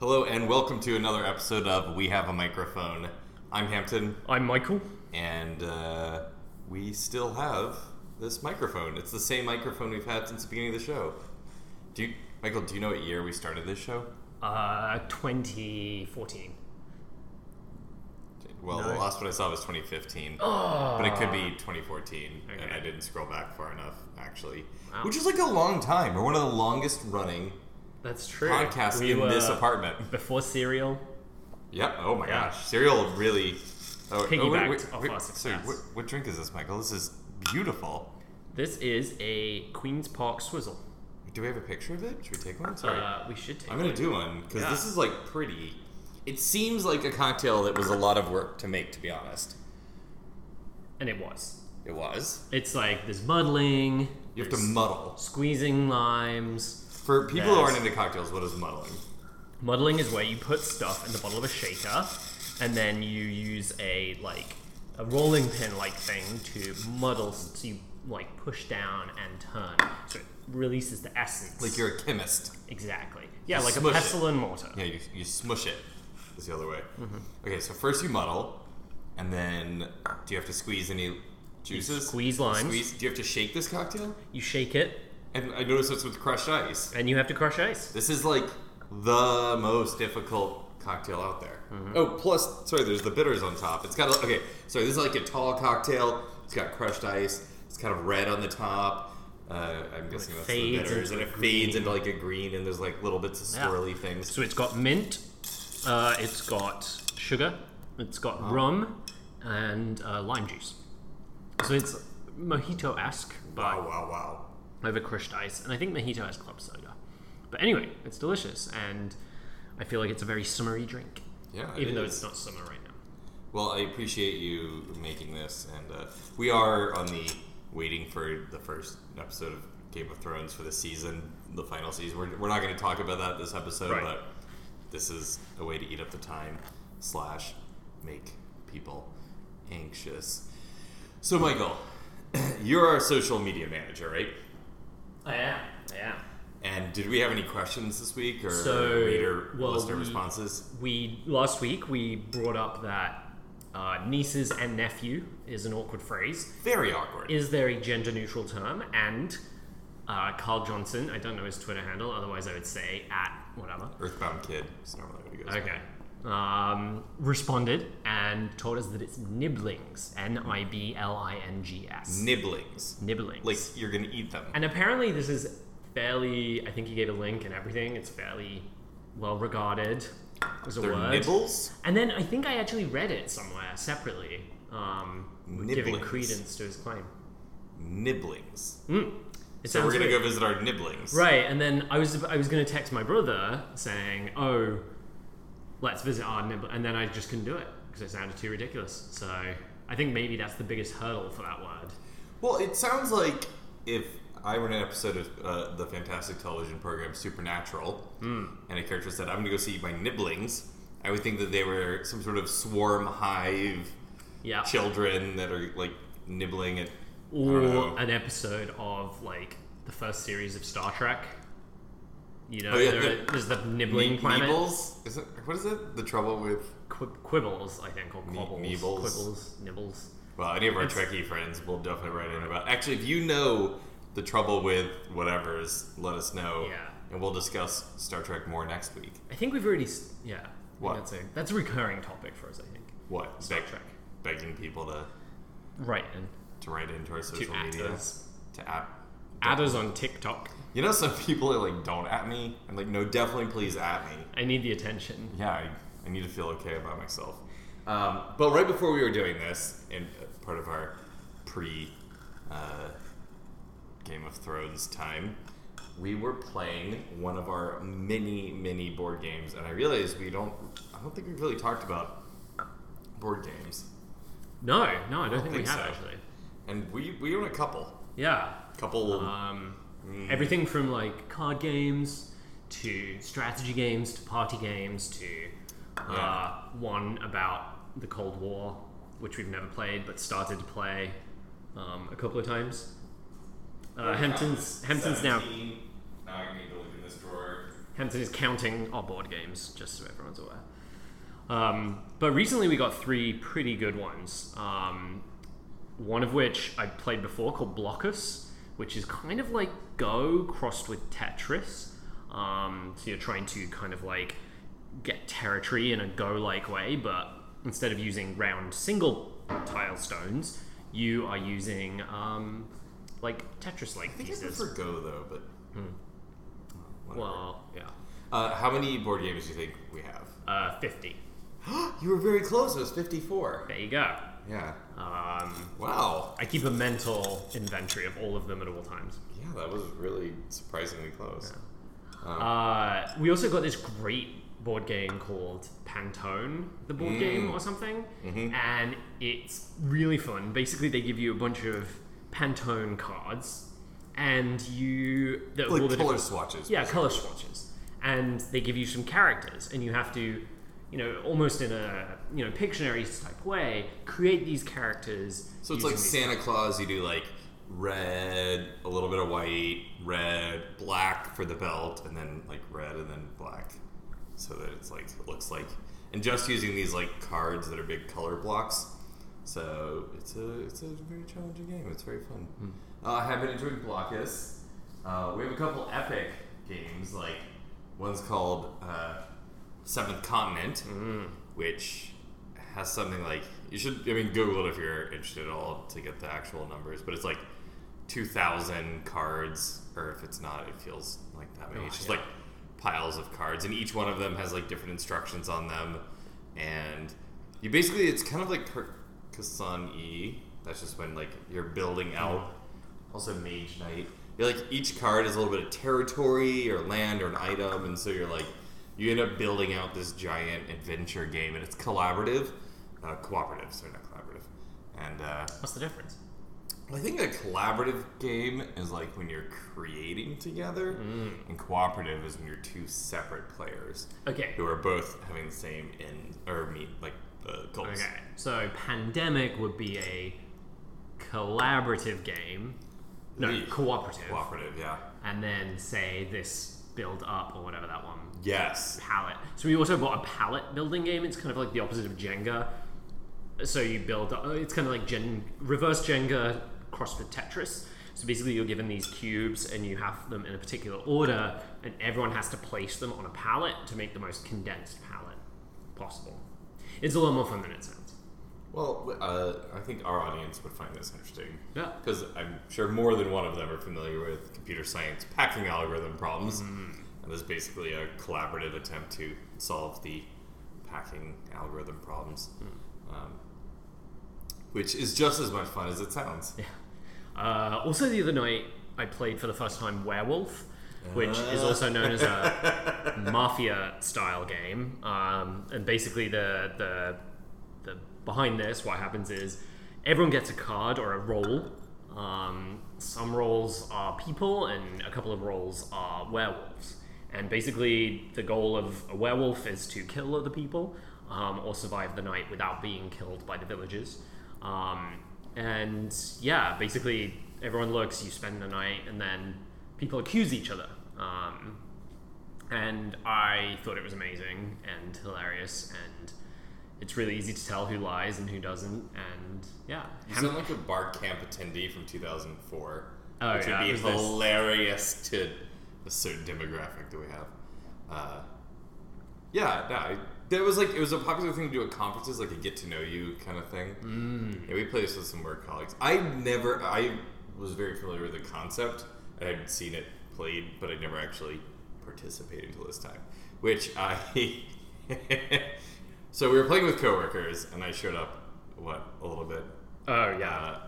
Hello and welcome to another episode of We Have a Microphone. I'm Hampton, I'm Michael. and uh, we still have this microphone. It's the same microphone we've had since the beginning of the show. Do you, Michael? Do you know what year we started this show? Uh, 2014. Well, the No. last one I saw was 2015, Oh, but it could be 2014, and Okay. I didn't scroll back far enough, actually. Wow. Which is like a long time. We're one of the longest running that's true. podcasts We uh, in were- this apartment. Before Serial, Yep. Oh my Yeah. gosh, cereal really. Oh, Piggybacked wait, off our success. sorry, what, what drink is this, Michael? This is beautiful. this is a Queen's Park swizzle. Do we have a picture of it? Should we take one? Sorry, Uh, we should take I'm gonna one. do one because Yeah. this is like pretty. It seems like a cocktail that was a lot of work to make, to be honest. And it was. It was. It's like there's muddling, You have to there's muddle. squeezing limes. For people who aren't Yes. into cocktails, what is muddling? Muddling is where you put stuff in the bottle of a shaker, and then you use a like a rolling pin like thing to muddle, so you like push down and turn, so it releases the essence. Like you're a chemist. Exactly. Yeah, You like a smush it. pestle and mortar. Yeah, you, you smush it. Is the other way. Mm-hmm. Okay, so first you muddle, and then do you have to squeeze any juices? squeeze limes. Squeeze. Do you have to shake this cocktail? You shake it, And I noticed it's with crushed ice. and you have to crush ice. This is like the most difficult cocktail out there. Mm-hmm. Oh, plus, sorry, there's the bitters on top. It's got a, okay. Sorry, this is like a tall cocktail. It's got crushed ice. It's kind of red on the top. Uh, I'm guessing that's the fades bitters, and into it a fades green. into like a green, and there's like little bits of Yeah. swirly things. So it's got mint, uh, it's got sugar, it's got rum, and uh, lime juice. So it's mojito esque, but Wow, wow, wow. over crushed ice, and I think mojito has club soda. But anyway, it's delicious, and I feel like it's a very summery drink, Yeah. it even though is. it's not summer right now. Well, I appreciate you making this, and uh, we are on the waiting for the first episode of Game of Thrones for the season, the final season. We're, we're not going to talk about that this episode, Right. but this is a way to eat up the time slash make people anxious. So, Michael, you're our social media manager, right? I am. I am. And did we have any questions this week or So, reader well, listener we- responses? We last week we brought up that uh, nieces and nephew is an awkward phrase. Very awkward. Is there a gender neutral term? And uh, Carl Johnson, I don't know his Twitter handle, otherwise I would say at whatever. Earthbound Kid. It's normally what he goes by. Okay. Um, responded and told us that it's nibblings. N I B L I N G S. Nibblings. Nibblings. Like, you're going to eat them. And apparently, this is fairly. I think he gave a link and everything. It's fairly well regarded as a They're word. nibbles? And then I think I actually read it somewhere separately, um, giving Nibblings. credence to his claim. Nibblings. It So we're sounds gonna weird. go visit our nibblings. right. And then I was I was gonna text my brother saying, "Oh, let's visit our nibble," and then I just couldn't do it because it sounded too ridiculous. So I think maybe that's the biggest hurdle for that word. Well, it sounds like if I were in an episode of uh, the fantastic television program Supernatural, Hmm. and a character said, "I'm gonna go see my nibblings," I would think that they were some sort of swarm hive Yeah. children that are like nibbling at. I don't know. or an episode of like the first series of Star Trek. You know, Oh, yeah, there, the- there's the nibbling Ne- planet. Nibbles? Is it, what is it? The trouble with Quib- quibbles, I think, or quibbles, nibbles. quibbles, nibbles. well, any of our It's- Trekkie friends will definitely write in about. Actually, if you know the trouble with whatever's, let us know, Yeah. and we'll discuss Star Trek more next week. I think we've already, s- yeah. I think What? That's a that's a recurring topic for us, I think. What? Star Beg- Trek. Begging people to, Right, and to write into our social to media. adders, To app. adders on TikTok. You know, some people are like, don't at me. I'm like, no, definitely please at me. I need the attention. Yeah, I, I need to feel okay about myself. Um, but right before we were doing this, and uh, part of our pre uh, Game of Thrones time, we were playing one of our mini, mini board games, and I realized we don't, I don't think we've really talked about board games. No, no, I don't, think, think we have so. actually. And we, we own a couple. Yeah. Couple Um, Mm. Everything from like card games to strategy games to party games to uh, Yeah. one about the Cold War, which we've never played but started to play um, a couple of times. Uh, Hampton's Hampton's now Now I need to look in this drawer. Hampton is counting our board games, just so everyone's aware. Um, but recently we got three pretty good ones. Um, one of which I played before called Blockus, which is kind of like Go crossed with Tetris. Um, so you're trying to kind of like get territory in a Go like way, but instead of using round single tile stones, you are using um, like Tetris like I think it's pieces. Hmm. for Go though, but. Whatever. Well, yeah. Uh, how many board games do you think we have? Uh, 50. you were very close. It was 54. There you go. Yeah. Um, Wow. I keep a mental inventory of all of them at all times. Yeah, that was really surprisingly close. Oh. Uh, we also got this great board game called Pantone, the Mm. board game or something, Mm-hmm. and it's really fun. Basically, they give you a bunch of Pantone cards, and you the, all Like the color different- swatches. yeah color swatches, and they give you some characters, and you have to, you know, almost in a you know Pictionary type way, create these characters. So it's using like these- Santa Claus. You do like red, a little bit of white, red, black for the belt, and then like red and then black, so that it's like it looks like. And just using these like cards that are big color blocks. So it's a it's a very challenging game. It's very fun. Uh, I have been enjoying Blockus. Uh, we have a couple epic games. Like one's called uh, Seventh Continent, which has something like you should. I mean, Google it if you're interested at all to get the actual numbers. But it's like two thousand cards, or if it's not, it feels like that many. Oh, it's just yeah. like piles of cards, and each one of them has like different instructions on them, and you basically it's kind of like Carcassonne E. That's just when like you're building out. Also, Mage Knight. You're like each card is a little bit of territory or land or an item, and so you're like you end up building out this giant adventure game, and it's collaborative, uh, cooperative. Sorry, not collaborative. And uh, What's the difference? I think a collaborative game is like when you're creating together, and cooperative is when you're two separate players Okay. who are both having the same in or mean like uh, goals. Okay, so Pandemic would be a collaborative game. No, Yeah. cooperative. Cooperative, yeah. And then, say, this build up or whatever that one, Yes. palette. So we also bought a palette building game. It's kind of like the opposite of Jenga. So you build, uh, it's kind of like Gen- reverse Jenga crossed with Tetris. So basically, you're given these cubes and you have them in a particular order, and everyone has to place them on a palette to make the most condensed palette possible. It's a lot more fun than it sounds. Well, uh, I think our audience would find this interesting. Yeah. Because I'm sure more than one of them are familiar with computer science packing algorithm problems. And this is basically a collaborative attempt to solve the packing algorithm problems. Um, which is just as much fun as it sounds. Uh, also, the other night I played for the first time Werewolf, which is also known as a mafia style game. Um, and basically, the, the the behind this, what happens is everyone gets a card or a roll. Um, some rolls are people, and a couple of rolls are werewolves. And basically, the goal of a werewolf is to kill other people um, or survive the night without being killed by the villagers. Um, and yeah, basically, everyone looks, you spend the night, and then people accuse each other. Um, and I thought it was amazing and hilarious, and it's really easy to tell who lies and who doesn't, and yeah. You Ham- sound like a bar camp attendee from 2004. Oh, which yeah, would it be was this- hilarious to a certain demographic that we have. Uh, yeah, no, I, that was like it was a popular thing to do at conferences, like a get to know you kind of thing. Mm. Yeah, we played this with some work colleagues. I never, I was very familiar with the concept. I had seen it played, but I never actually participated until this time. Which I, so we were playing with coworkers, and I showed up what a little bit oh yeah, uh,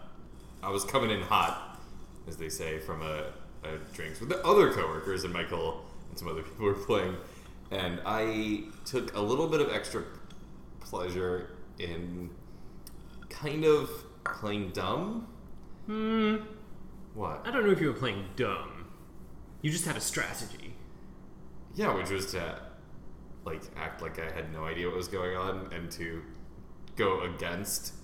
I was coming in hot, as they say, from a, a drinks with the other coworkers and Michael and some other people were playing, and I took a little bit of extra pleasure in kind of playing dumb. Hmm. What? I don't know if you were playing dumb. You just had a strategy. Yeah, which was to like act like I had no idea what was going on and to go against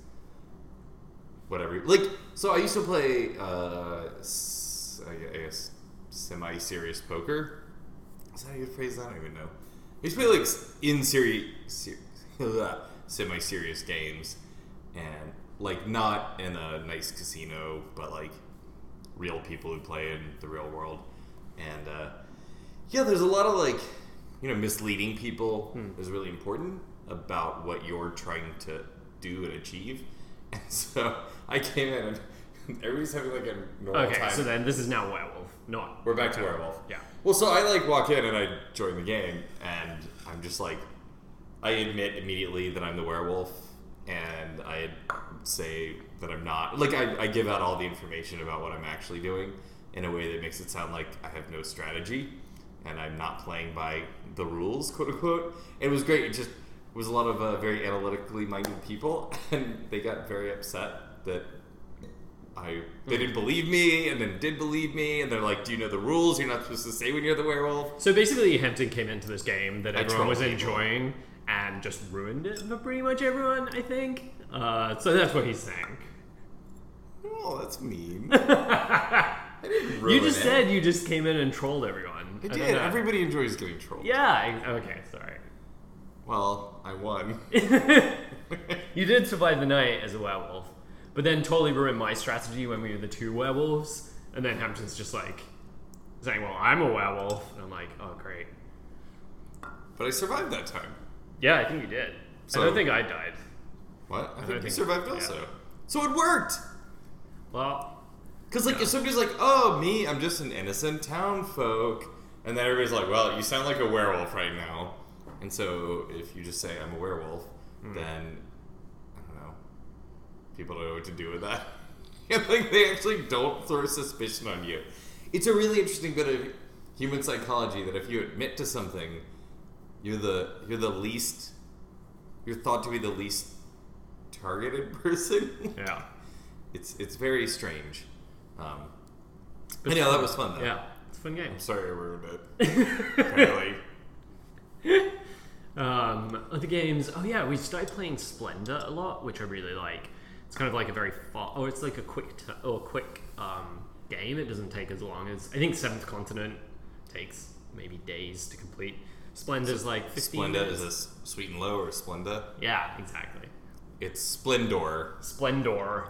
whatever. Like, so I used to play, uh, s- I guess, semi-serious poker, Is that a good phrase? I don't even know. I used to play like s- in serious, ser- semi-serious games, and like not in a nice casino, but like real people who play in the real world, and uh, yeah, there's a lot of like you know misleading people Hmm. is really important about what you're trying to do and achieve, and so I came in and everybody's having like a normal Okay, time. so then this is now werewolf, not. We're back to werewolf. Yeah. Well, so I like walk in and I join the game, and I'm just like, I admit immediately that I'm the werewolf, and I say that I'm not. Like I, I give out all the information about what I'm actually doing in a way that makes it sound like I have no strategy, and I'm not playing by the rules, quote unquote. It was great. It just was a lot of uh, very analytically minded people, and they got very upset that I they didn't believe me, and then did believe me, and they're like, "Do you know the rules? You're not supposed to say when you're the werewolf." So basically, Hampton came into this game that I everyone was trolled people. enjoying and just ruined it for pretty much everyone, I think. Uh, so that's what he's saying. Oh, that's mean. I didn't ruin you just it. said you just came in and trolled everyone. I don't did. know. Everybody enjoys getting trolled. Yeah. I, okay. Sorry. Well, I won. You did survive the night as a werewolf, but then totally ruined my strategy when we were the two werewolves. And then Hampton's just like saying, "Well, I'm a werewolf," and I'm like, "Oh, great." but I survived that time. Yeah, I think you did. I So- don't think I died. What? I think don't you think- survived yeah. also. So it worked. Well, Cause like if somebody's like, "Oh, me, I'm just an innocent town folk," and then everybody's like, "Well, you sound like a werewolf right now," and so if you just say I'm a werewolf, then I don't know, people don't know what to do with that. And, like they actually don't throw suspicion on you. It's a really interesting bit of human psychology that if you admit to something, you're the you're the least you're thought to be the least targeted person. yeah. it's it's very strange. Um, but yeah, that was fun though. Yeah, it's a fun game. I'm sorry I ruined it. Apparently. Um, other games. Oh yeah, we started playing Splendor a lot, which I really like. It's kind of like a very far, or it's like a quick t- or quick um, game. It doesn't take as long as I think Seventh Continent takes maybe days to complete. Splendor's like fifteen. Splenda minutes. is a s- sweet and low or Splenda. yeah, exactly. It's Splendor. Splendor,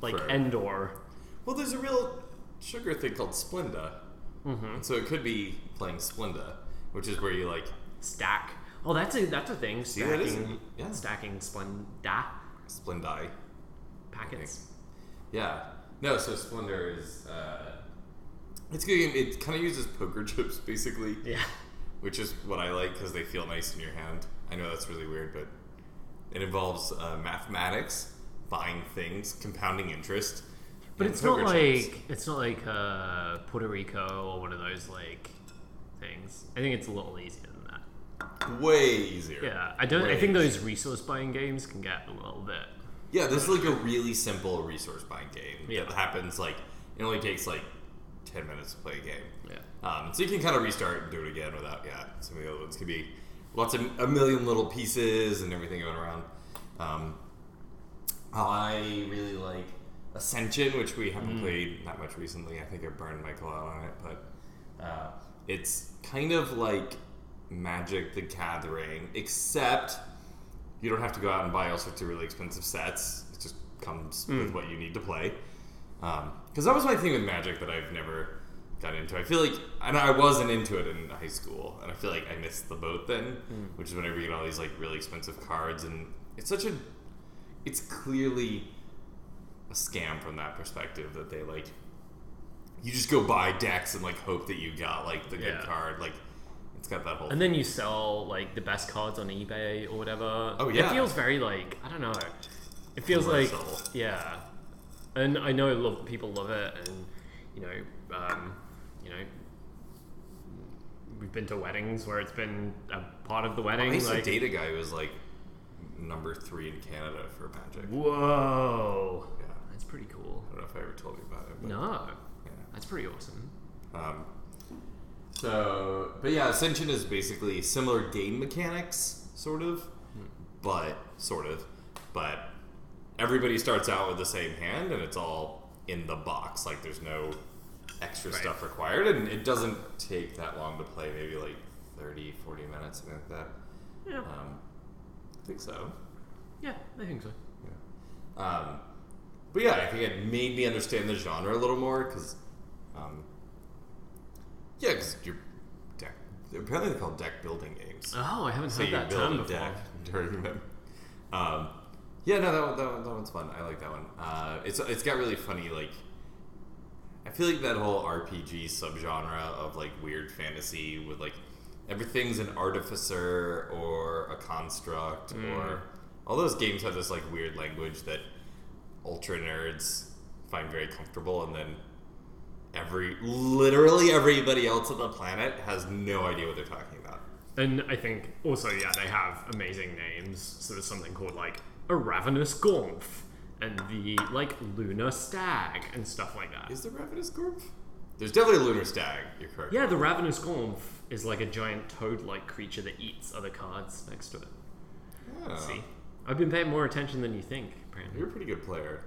like For- Endor. Well, there's a real sugar thing called Splenda. Mm-hmm. So it could be playing Splenda, which is where you like Stack. Oh, that's a that's a thing. that Stacking, is a- yeah. stacking Splenda Splendai. packets. Yeah. No, so Splendor is. Uh, it's a good game. It kind of uses poker chips, basically. Yeah, which is what I like because they feel nice in your hand. I know that's really weird, but it involves uh, mathematics, buying things, compounding interest. but and it's not poker like chips. it's not like uh, Puerto Rico or one of those like things. I think it's a little easier than that. way easier. Yeah, I don't. I think Way- those resource buying games can get a little bit. Yeah, this is like a really simple resource buying game Yeah. that happens like it only takes like ten minutes to play a game. Yeah. Um, so you can kind of restart and do it again without, yeah, some of the other ones can be lots of a million little pieces and everything going around. Um, I really like Ascension, which we haven't played that much recently. I think I burned Michael out on it, but uh, it's kind of like Magic the Gathering, except you don't have to go out and buy all sorts of really expensive sets. It just comes with what you need to play. Because that was my thing with Magic that I've never got into. I feel like, and I wasn't into it in high school, and I feel like I missed the boat then, which is whenever you get all these like really expensive cards, and it's such a, it's clearly a scam from that perspective that they like, you just go buy decks and like hope that you got like the good Yeah. card, like it's got that whole. And then you sell like the best cards on eBay or whatever. Oh, yeah. It feels very like I don't know. It feels like Commercial. yeah, and I know lo- people love it, and you know, um, you know, we've been to weddings where it's been a part of the wedding. I used like, to date a guy who was like number three in Canada for Magic. whoa, Yeah. that's pretty cool. I don't know if I ever told you about it. But, No, Yeah. that's pretty awesome. Um, so, but yeah, Ascension is basically similar game mechanics, sort of, but sort of, but everybody starts out with the same hand, and it's all in the box. Like there's no extra Right. stuff required, and it doesn't take that long to play, maybe like 30, 40 minutes, something like that. Yeah, Um, I think so. yeah, I think so. Yeah. Um, but yeah, I think it made me understand the genre a little more because, um, yeah, because you're deck. Apparently, they're called deck building games. Oh, I haven't so heard you that term build a before. deck during them. Um, yeah, no, that one, that, one, that one's fun. I like that one. Uh, it's it's got really funny like. I feel like that whole RPG subgenre of like weird fantasy with like everything's an artificer or a construct Mm. or all those games have this like weird language that ultra nerds find very comfortable and then every literally everybody else on the planet has no idea what they're talking about. And I think also, yeah, they have amazing names. So there's something called like a ravenous gormf and the like lunar stag and stuff like that. Is the Ravenous Gorp? There's definitely a Lunar Stag. You're correct. Yeah, the ravenous gormf is like a giant toad-like creature that eats other cards next to it. Oh, See, I've been paying more attention than you think, Brandon. You're a pretty good player.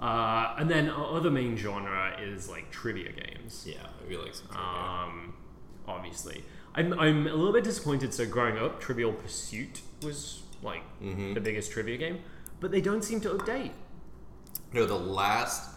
Uh, and then our other main genre is like trivia games. Yeah, we like some trivia. Um, obviously, I'm I'm a little bit disappointed. So growing up, Trivial Pursuit was like the biggest trivia game, but they don't seem to update. No, the last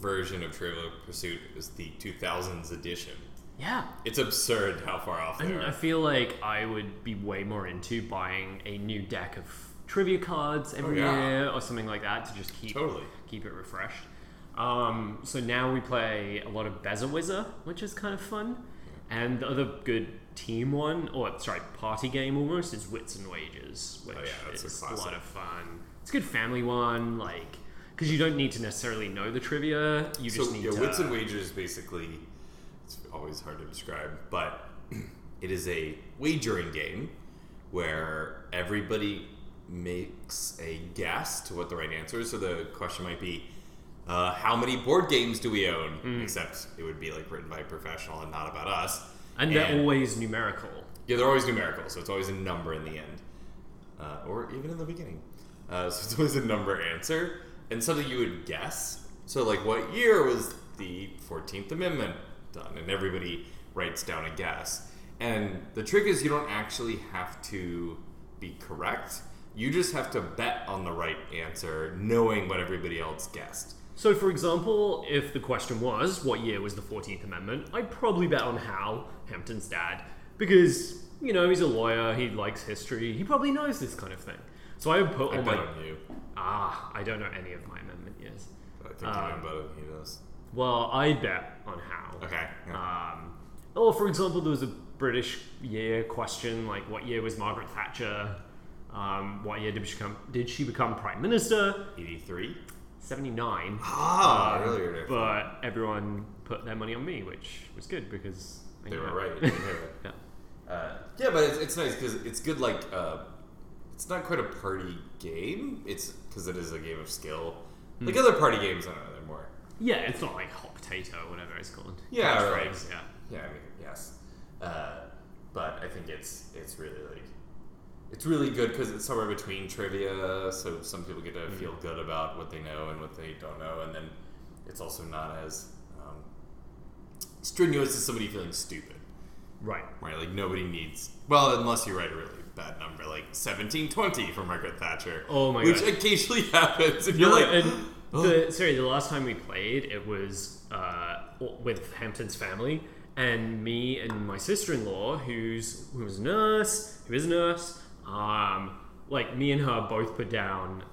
version of Trivial Pursuit is the 2000s edition. Yeah, It's absurd how far off they and I are. feel like I would be way more into buying a new deck of trivia cards every Oh, yeah. year or something like that to just keep Totally. keep it refreshed. Um, so now we play a lot of Bezawiza, which is kind of fun. And the other good team one, or sorry, party game almost, is Wits and Wages, which Oh, yeah, that's a is classic. lot of fun. It's a good family one, like, because you don't need to necessarily know the trivia. You So, just need yeah, to. Wits and Wagers basically, it's always hard to describe, but it is a wagering game where everybody makes a guess to what the right answer is. So the question might be, uh, how many board games do we own? Hmm. Except it would be like written by a professional and not about us. and they're always numerical. Yeah, they're always numerical, so it's always a number in the end, uh, or even in the beginning. Uh, so it's always a number answer and something you would guess. So, like, what year was the Fourteenth Amendment done? And everybody writes down a guess. And the trick is you don't actually have to be correct. You just have to bet on the right answer, knowing what everybody else guessed. So, for example, if the question was, what year was the 14th Amendment? I'd probably bet on Hal, Hampton's dad, because, you know, he's a lawyer, he likes history, he probably knows this kind of thing. So I would put I all bet Oh my. on you. Ah, I don't know any of my amendment years. I think you know Um, better than he does. Well, I bet on Hal. Okay. yeah. Um, or, for example, there was a British year question like, what year was Margaret Thatcher? Um, what year did she, become, did she become Prime Minister? Eighty-three. 79. Ah, earlier. there. but everyone put their money on me, which was good because I They knew were that. right. you didn't hear it. yeah. Uh, yeah, but it's, it's nice because it's good. Like, uh, it's not quite a party game. It's because it is a game of skill. Like other party games, I don't know. They're more. yeah, it's not like hot potato, whatever it's called. Yeah, Catchphrase, right. yeah. Yeah, I mean, yes. Uh, but I think it's it's really like it's really good because it's somewhere between trivia. So some people get to feel good about what they know and what they don't know, and then it's also not as um, strenuous as somebody feeling stupid. Right. Right, like nobody needs. Well, unless you write a really bad number, like seventeen twenty for Margaret Thatcher. Oh my Which gosh. occasionally happens, and you're No, like, Oh. and the, sorry, the last time we played, it was uh, with Hampton's family and me and my sister-in-law, who's who was a nurse, who is a nurse. Um, like me and her both put down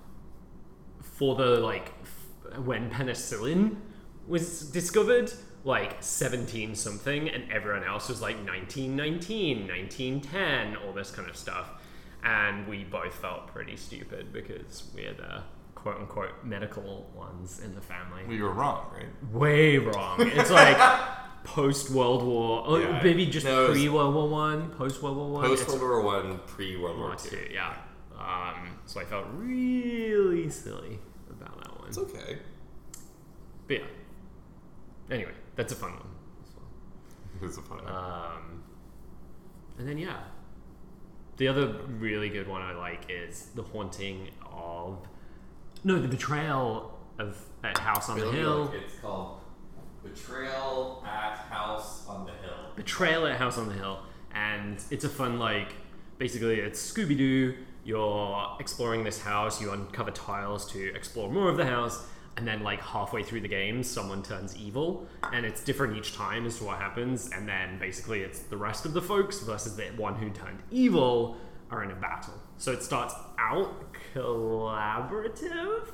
for the like f- when penicillin was discovered like 17 something and everyone else was like 1919 1910 all this kind of stuff and we both felt pretty stupid because we're the quote unquote medical ones in the family we were wrong, right? way wrong it's like post world war or Yeah. maybe just No, it was- pre world war one post world war one Post It's World War One, pre World War War Two. Two, yeah. Um, so I felt really silly about that one. It's okay. But yeah. Anyway, that's a fun one. as well. It was a fun. Um, and then yeah, the other really good one I like is the haunting of no, the betrayal of at House on the Hill. It's called Betrayal at House on the Hill. Betrayal at House on the Hill, and it's a fun like. Basically, it's Scooby Doo. You're exploring this house. You uncover tiles to explore more of the house, and then like halfway through the game, someone turns evil, and it's different each time as to what happens. And then basically, it's the rest of the folks versus the one who turned evil are in a battle. So it starts out collaborative.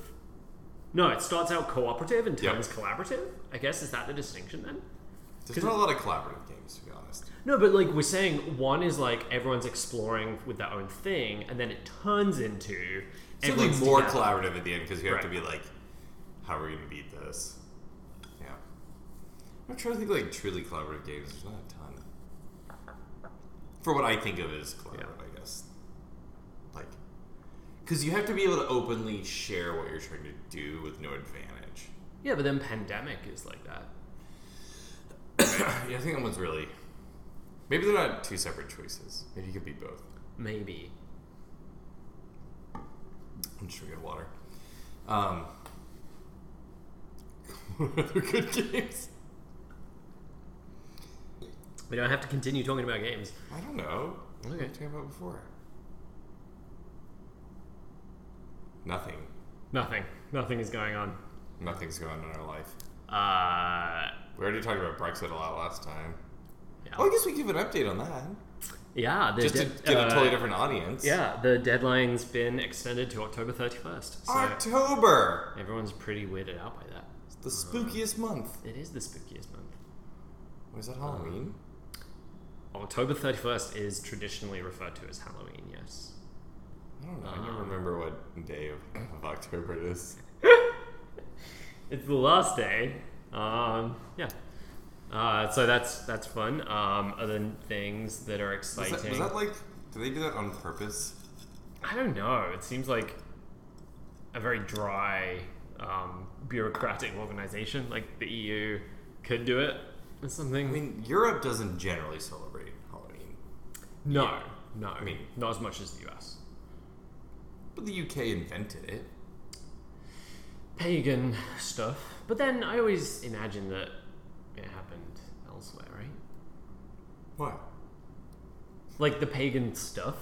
No, it starts out cooperative and Yep. turns collaborative. I guess is that the distinction then? There's not a lot of collaborative games, to be honest. No, but like we're saying, one is like everyone's exploring with their own thing, and then it turns into Something everyone's more together. collaborative at the end because you have to Right. be like, how are we going to beat this? Yeah. I'm trying to think like truly collaborative games. There's not a ton. For what I think of as collaborative, I guess. Like, because you have to be able to openly share what you're trying to do with no advantage. Yeah, but then pandemic is like that. yeah, I think that one's really. Maybe they're not two separate choices. Maybe you could be both. Maybe. I'm sure we have water. Um, what other good games? We don't have to continue talking about games. I don't know. What did I Okay. talk about before? Nothing. Nothing. Nothing is going on. Nothing's going on in our life. Uh, We already talked about Brexit a lot last time. yeah. Oh, I guess we give an update on that. yeah the Just to dead- get a uh, totally different audience. Yeah, the deadline's been extended to October 31st. So October! everyone's pretty weirded out by that. It's the spookiest month. It is the spookiest month. What is that, Halloween? October 31st is traditionally referred to as Halloween, yes. I don't know. I never remember what day of, of October it is. It's the last day. Um, yeah. Uh, so that's that's fun. Um, other things that are Was exciting. that, was that like, do they do that on purpose? I don't know. It seems like a very dry, um, bureaucratic organization. Like the EU could do it. Or something. I mean, Europe doesn't generally celebrate Halloween, no, no. I mean- mean, not as much as the US. but the UK invented it. Pagan stuff. But then I always imagine that it happened elsewhere, right? What? like the pagan stuff.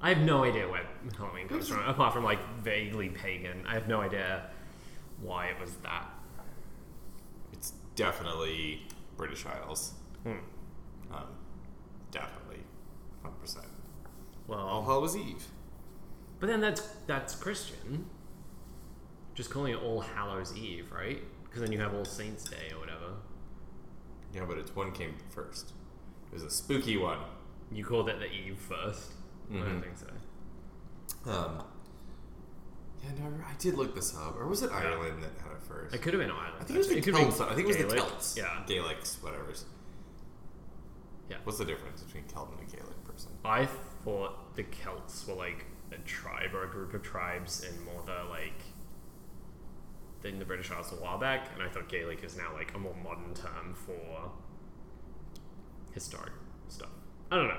I have no idea where Halloween comes from, apart from like vaguely pagan. I have no idea why it was that. It's definitely British Isles. Hmm. Um, definitely, hundred percent. All Well, Hallows Eve. but then that's that's Christian. Just calling it All Hallows Eve, right? Because then you have All Saints Day or whatever. Yeah, but it's one came first. It was a spooky one. You called it the Eve 1st I Mhm. don't think so. Um, yeah, no, I remember- I did look this up. Or was it Ireland that had it first? It could have been Ireland. I think it was the actually. could Celts. be I think it was the Gaelic. Celts. Yeah. Gaelics, whatever's. Yeah. What's the difference between Celt and a Gaelic person? I thought the Celts were like a tribe or a group of tribes in more the like in the British Isles a while back, and I thought Gaelic is now like a more modern term for historic stuff. I don't know.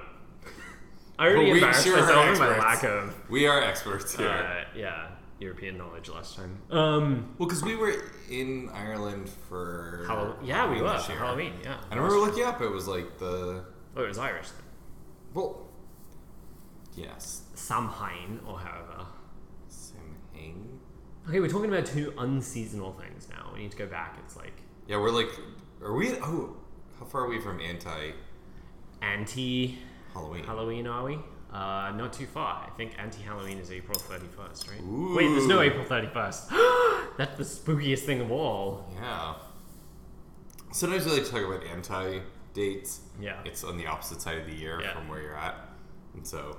I already Well, we embarrassed sure are myself with my experts. lack of We are experts here. uh, yeah European knowledge last time. Um, Well, because we were in Ireland for Hall- yeah, we were this for year. Halloween. Yeah, I remember looking up. It was like the Oh, it was Irish then. well, yes, Samhain or however. Samhain. Okay, we're talking about two unseasonal things now. We need to go back. It's like Yeah, we're like, are we? Oh, how far are we from anti anti Halloween? Halloween, are we? Uh, not too far. I think anti Halloween is April 31st, right? Wait, there's no Ooh. April 31st. That's the spookiest thing of all. Yeah. Sometimes we like to talk about anti dates. Yeah. It's on the opposite side of the year Yeah. from where you're at, and so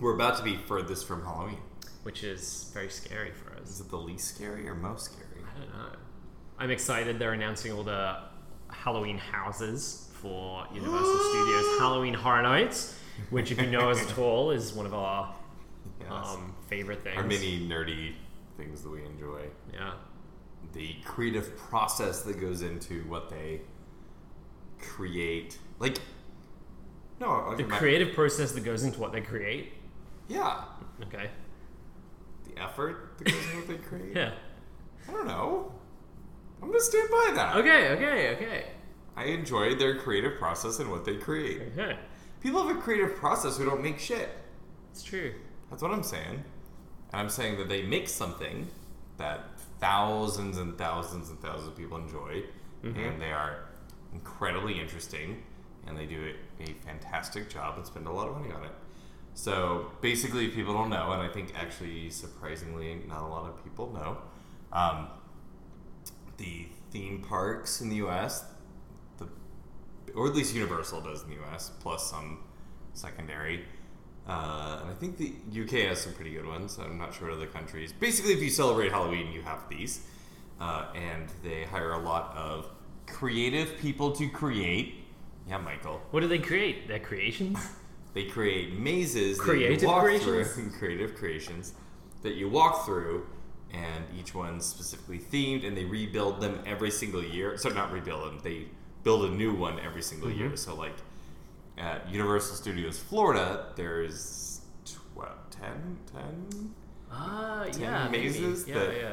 we're about to be furthest from Halloween. Which is very scary for us. Is it the least scary or most scary? I don't know. I'm excited they're announcing all the Halloween houses for Universal Studios Halloween Horror Nights, which, if you know us at all, is one of our Yes. um, favorite things. Our many nerdy things that we enjoy. Yeah. the creative process that goes into what they create. Like, no, I'll The give my- creative process that goes into what they create. yeah, Okay. the effort that goes into what they create. Yeah. I don't know. I'm gonna stand by that. Okay, okay, okay. I enjoy their creative process and what they create. Okay. People have a creative process who don't make shit. It's true. That's what I'm saying. And I'm saying that they make something that thousands and thousands and thousands of people enjoy, and they are incredibly interesting, and they do a, a fantastic job and spend a lot of money on it. So basically, people don't know, and I think actually, surprisingly, not a lot of people know. Um, the theme parks in the U.S., the or at least Universal does in the U.S. plus some secondary. Uh, and I think the UK has some pretty good ones. I'm not sure other countries. Basically, if you celebrate Halloween, you have these, uh, and they hire a lot of creative people to create. Yeah, Michael. What do they create? Their creations? They create mazes, that you Creative walk creations? through, creative creations that you walk through, and each one's specifically themed, and they rebuild them every single year. So not rebuild them; they build a new one every single Mm-hmm. year. So like at Universal Studios Florida, there's 12, 10, 10? Ah, yeah. maybe. mazes Yeah, that- yeah.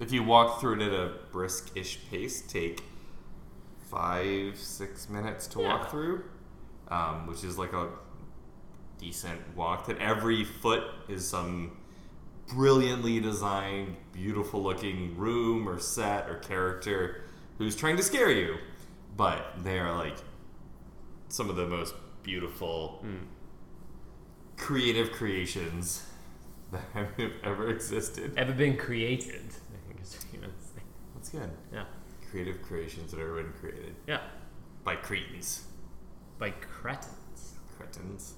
If you walk through it at a brisk-ish pace, take five, six minutes to Yeah. walk through, um, which is like a decent walk. That every foot is some brilliantly designed, beautiful-looking room or set or character who's trying to scare you, but they are like some of the most beautiful, creative creations that have ever existed. Ever been created? I think is what you meant to say. That's good. Yeah. Creative creations that have ever been created Yeah. by Cretans. By cretins. Cretans.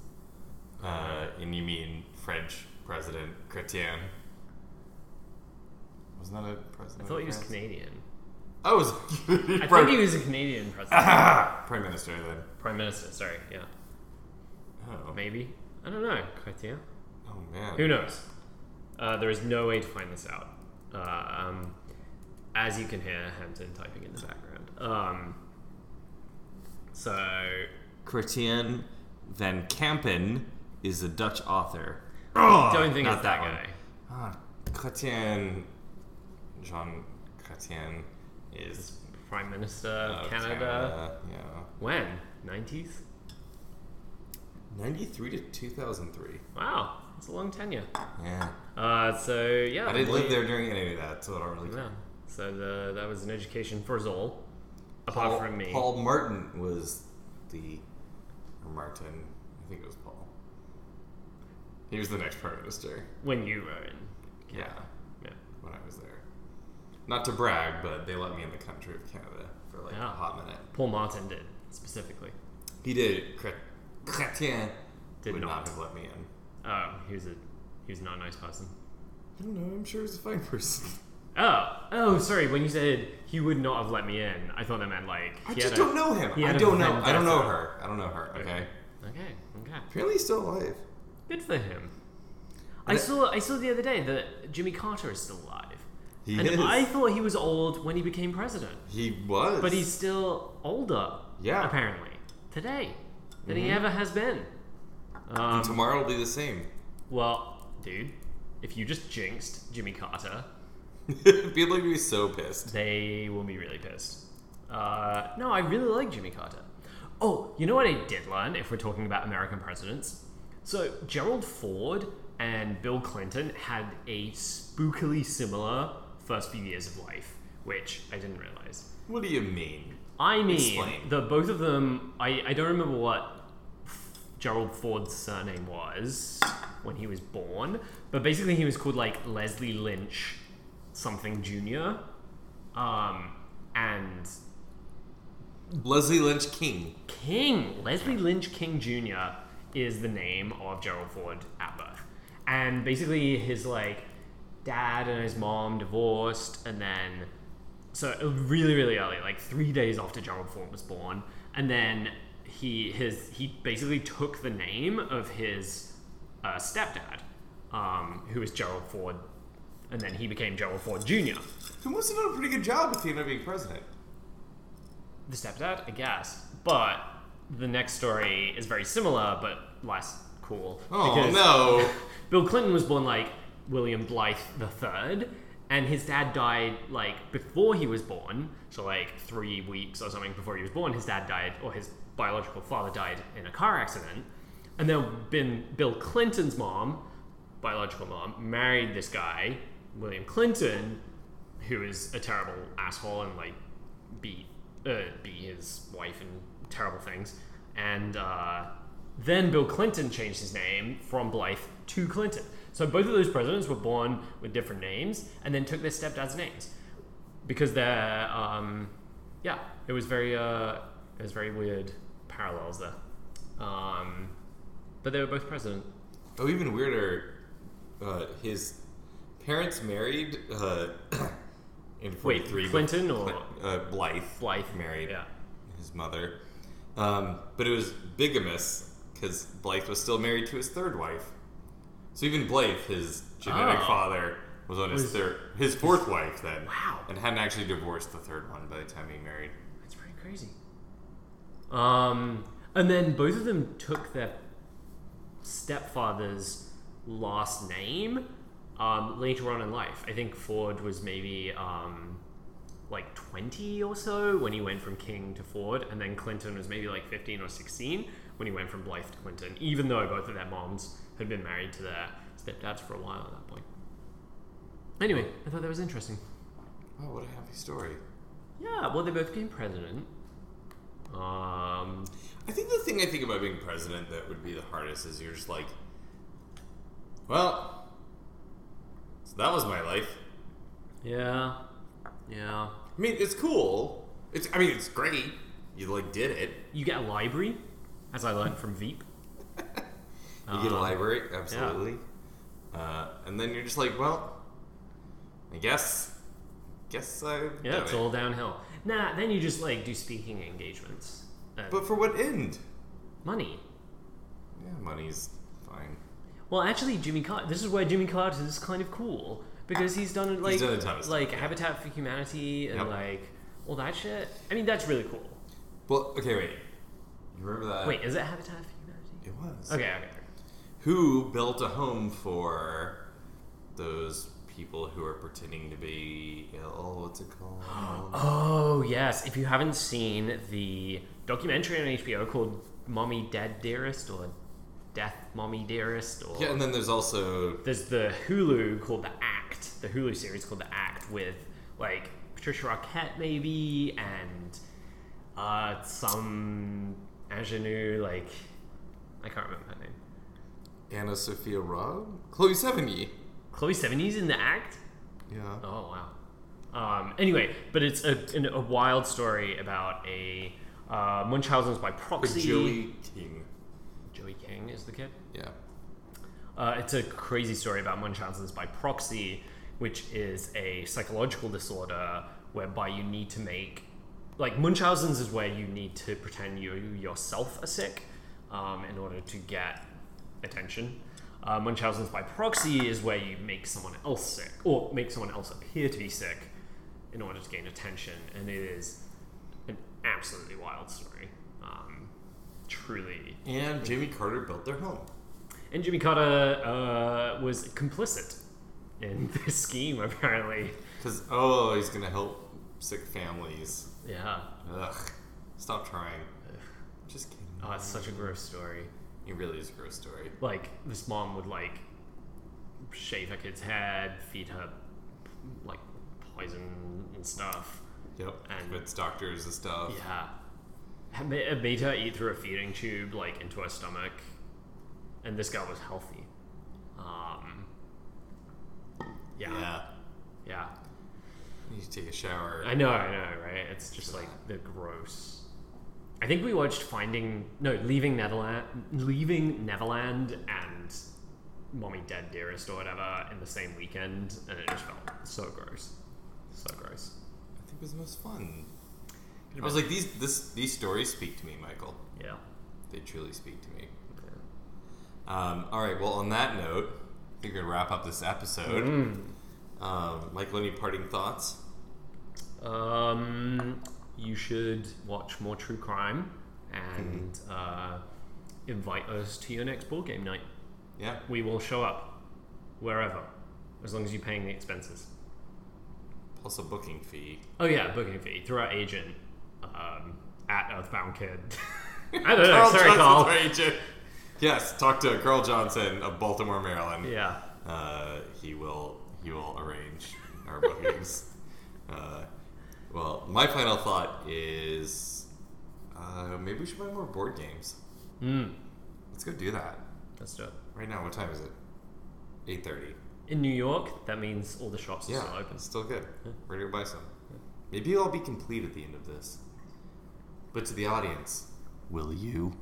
Uh, and you mean French President Chrétien? Wasn't that a I president? thought of he was France? Canadian. Oh, it was I Prime- think he was a Canadian president. Ah, Prime Minister then. Prime Minister, sorry. Yeah. Oh, Maybe. I don't know. Chrétien? oh man. Who knows? Uh, there is no way to find this out. Uh, um, as you can hear Hampton typing in the background. Um, so, Chrétien van Kampen is a Dutch author. don't think not it's Oh, that, that one. guy. Ah, Chrétien. Jean Chrétien is Prime Minister of of Canada. Yeah. When? 90s? 93 to 2003. Wow. That's a long tenure. Yeah. Uh, so, yeah. I didn't the- live there during any of that, so I don't really Yeah. So the, that was an education for us all, apart Paul, from me. Paul Martin was the. Or Martin. I think it was Paul. He was the next prime minister. When you were in. Yeah. Yeah. When I was there. Not to brag, but they let me in the country of Canada for like a Yeah. hot minute. Paul Martin did, specifically. He did. Chret- Chrétien Did would not. have let me in. Oh, he was a he was not a nice person. I don't know. I'm sure he's a fine person. Oh, oh, sorry. When you said he would not have let me in, I thought that meant like I he just had a- don't know him. he I had a don't know. I don't know vendetta. her. I don't know her. Okay. Okay, okay, Apparently, he's still alive. good for him. I And it- saw I saw the other day that Jimmy Carter is still alive, He and is. I thought he was old when he became president, He was. but he's still older. Yeah. Mm-hmm. apparently today than he ever has been. Um, Tomorrow will be the same. well, dude, if you just jinxed Jimmy Carter, People are gonna be so pissed. They will be really pissed. Uh, no, I really like Jimmy Carter. Oh, you know what I did learn if we're talking about American presidents? So, Gerald Ford and Bill Clinton had a spookily similar first few years of life, which I didn't realize. What do you mean? I mean, Explain. the both of them, I, I don't remember what Gerald Ford's surname was when he was born, but basically he was called like Leslie Lynch something junior. Um, and Leslie Lynch King. King, Leslie Lynch King Jr. is the name of Gerald Ford at birth. And basically his like dad and his mom divorced and then so really, really early, like three days after Gerald Ford was born. And then he his he basically took the name of his uh, stepdad, um, who was Gerald Ford, and then he became Gerald Ford Jr. Who must have done a pretty good job with the end of being president. the stepdad, I guess. But the next story is very similar, but less cool. Oh because no. Bill Clinton was born like William Blythe III, and his dad died like before he was born, so like three weeks or something before he was born. His dad died, or his biological father died in a car accident, and then been Bill Clinton's mom, biological mom, married this guy William Clinton, who is a terrible asshole and like beat uh, beat his wife and terrible things, and uh, then Bill Clinton changed his name from Blythe to Clinton. So both of those presidents were born with different names and then took their stepdad's names because they're um, yeah, it was very uh, it was very weird parallels there. Um, but they were both president. Oh, even weirder, uh, his parents married uh, in Wait, 43. but Clinton or- Clin- uh, Blythe. Blythe. married Yeah. his mother. Um, but it was bigamous because Blythe was still married to his third wife. So even Blythe, his genetic Oh. father, was on his Was- third, his fourth wife then. Wow. And hadn't actually divorced the third one by the time he married. That's pretty crazy. Um, and then both of them took their stepfather's last name um, later on in life. I think Ford was maybe um, like 20 or so when he went from King to Ford, and then Clinton was maybe like 15 or 16 when he went from Blythe to Clinton, even though both of their moms had been married to their stepdads for a while at that point. Anyway, I thought that was interesting. Oh, what a happy story. Yeah, well, they both became president. Um, I think the thing I think about being president that would be the hardest is you're just like, well, so that was my life. yeah, yeah. I mean, it's cool. It's I mean, it's great. You like did it. You get a library, as I learned from Veep. You get a Um, library, absolutely. Uh, and then you're just like, well, I guess, guess I. Yeah, it's all downhill. Nah, then you just like do speaking engagements. And But for what end? money. Yeah, money's fine. Well, actually, Jimmy Carter. This is where Jimmy Carter is kind of cool because he's done like done a ton of stuff, like Habitat for Humanity and Yep. like all that shit. I mean, that's really cool. Well, okay, wait. You remember that? Wait, is it Habitat for Humanity? It was. Okay, okay. Who built a home for those people who are pretending to be ill? What's it called? Oh yes! If you haven't seen the documentary on HBO called "Mommy, Dad, Dearest" or "Death, Mommy, Dearest," or yeah, and then there's also there's the Hulu called "The Act," the Hulu series called "The Act" with like Patricia Arquette maybe and uh, some ingenue like I can't remember her name. Anna Sophia Robb, Chloe Sevigny. Chloe Sevigny's in "The Act." Yeah. Oh wow. Um, anyway, but it's a, an- a wild story about a uh, Munchausen's by proxy. Joey King. Joey King is the kid. Yeah. Uh, it's a crazy story about Munchausen's by proxy, which is a psychological disorder whereby you need to make, like Munchausen's is where you need to pretend you yourself are sick um, in order to get attention. Uh, Munchausen's by proxy is where you make someone else sick or make someone else appear to be sick in order to gain attention, and it is an absolutely wild story. Um, truly And Jimmy Carter built their home. and Jimmy Carter uh, was complicit in this scheme, apparently. Because, oh, he's going to help sick families. Yeah. Ugh. Stop trying. Just kidding. Oh, it's such a gross story. It really is a gross story. Like, this mom would, like, shave her kid's head, feed her, like, poison and stuff. Yep. And- With doctors and stuff. Yeah. Had ma- It made her eat through a feeding tube, like, into her stomach. And this guy was healthy. Um, yeah. Yeah. Yeah. You need to take a shower. I know, I know, right? It's just like the gross. I think we watched Finding no Leaving Neverland, Leaving Neverland, and Mommy Dead Dearest or whatever in the same weekend, and it just felt so gross, so gross. I think it was the most fun. I was like, these this these stories speak to me, Michael. yeah. They truly speak to me. Um, all right. Well, on that note, I think we're gonna wrap up this episode. Mm-hmm. Um, Michael, any parting thoughts? Um, you should watch more true crime and Mm. uh, invite us to your next board game night. Yeah. We will show up wherever, as long as you're paying the expenses. Plus a booking fee. Oh yeah, booking fee through our agent um, at Earthbound Kid. I don't know. Carl sorry, Carl. Johnson's our agent. Yes, talk to Carl Johnson of Baltimore, Maryland. Yeah. Uh, he will he will arrange our bookings. uh, well, my final thought is uh, maybe we should buy more board games. Mm. Let's go do that Let's do it. right now. What time is it? Eight thirty. In New York, that means all the shops are Yeah, still open. it's still good. Yeah. We're gonna go buy some. Maybe it'll all be complete at the end of this. But to the audience, will you?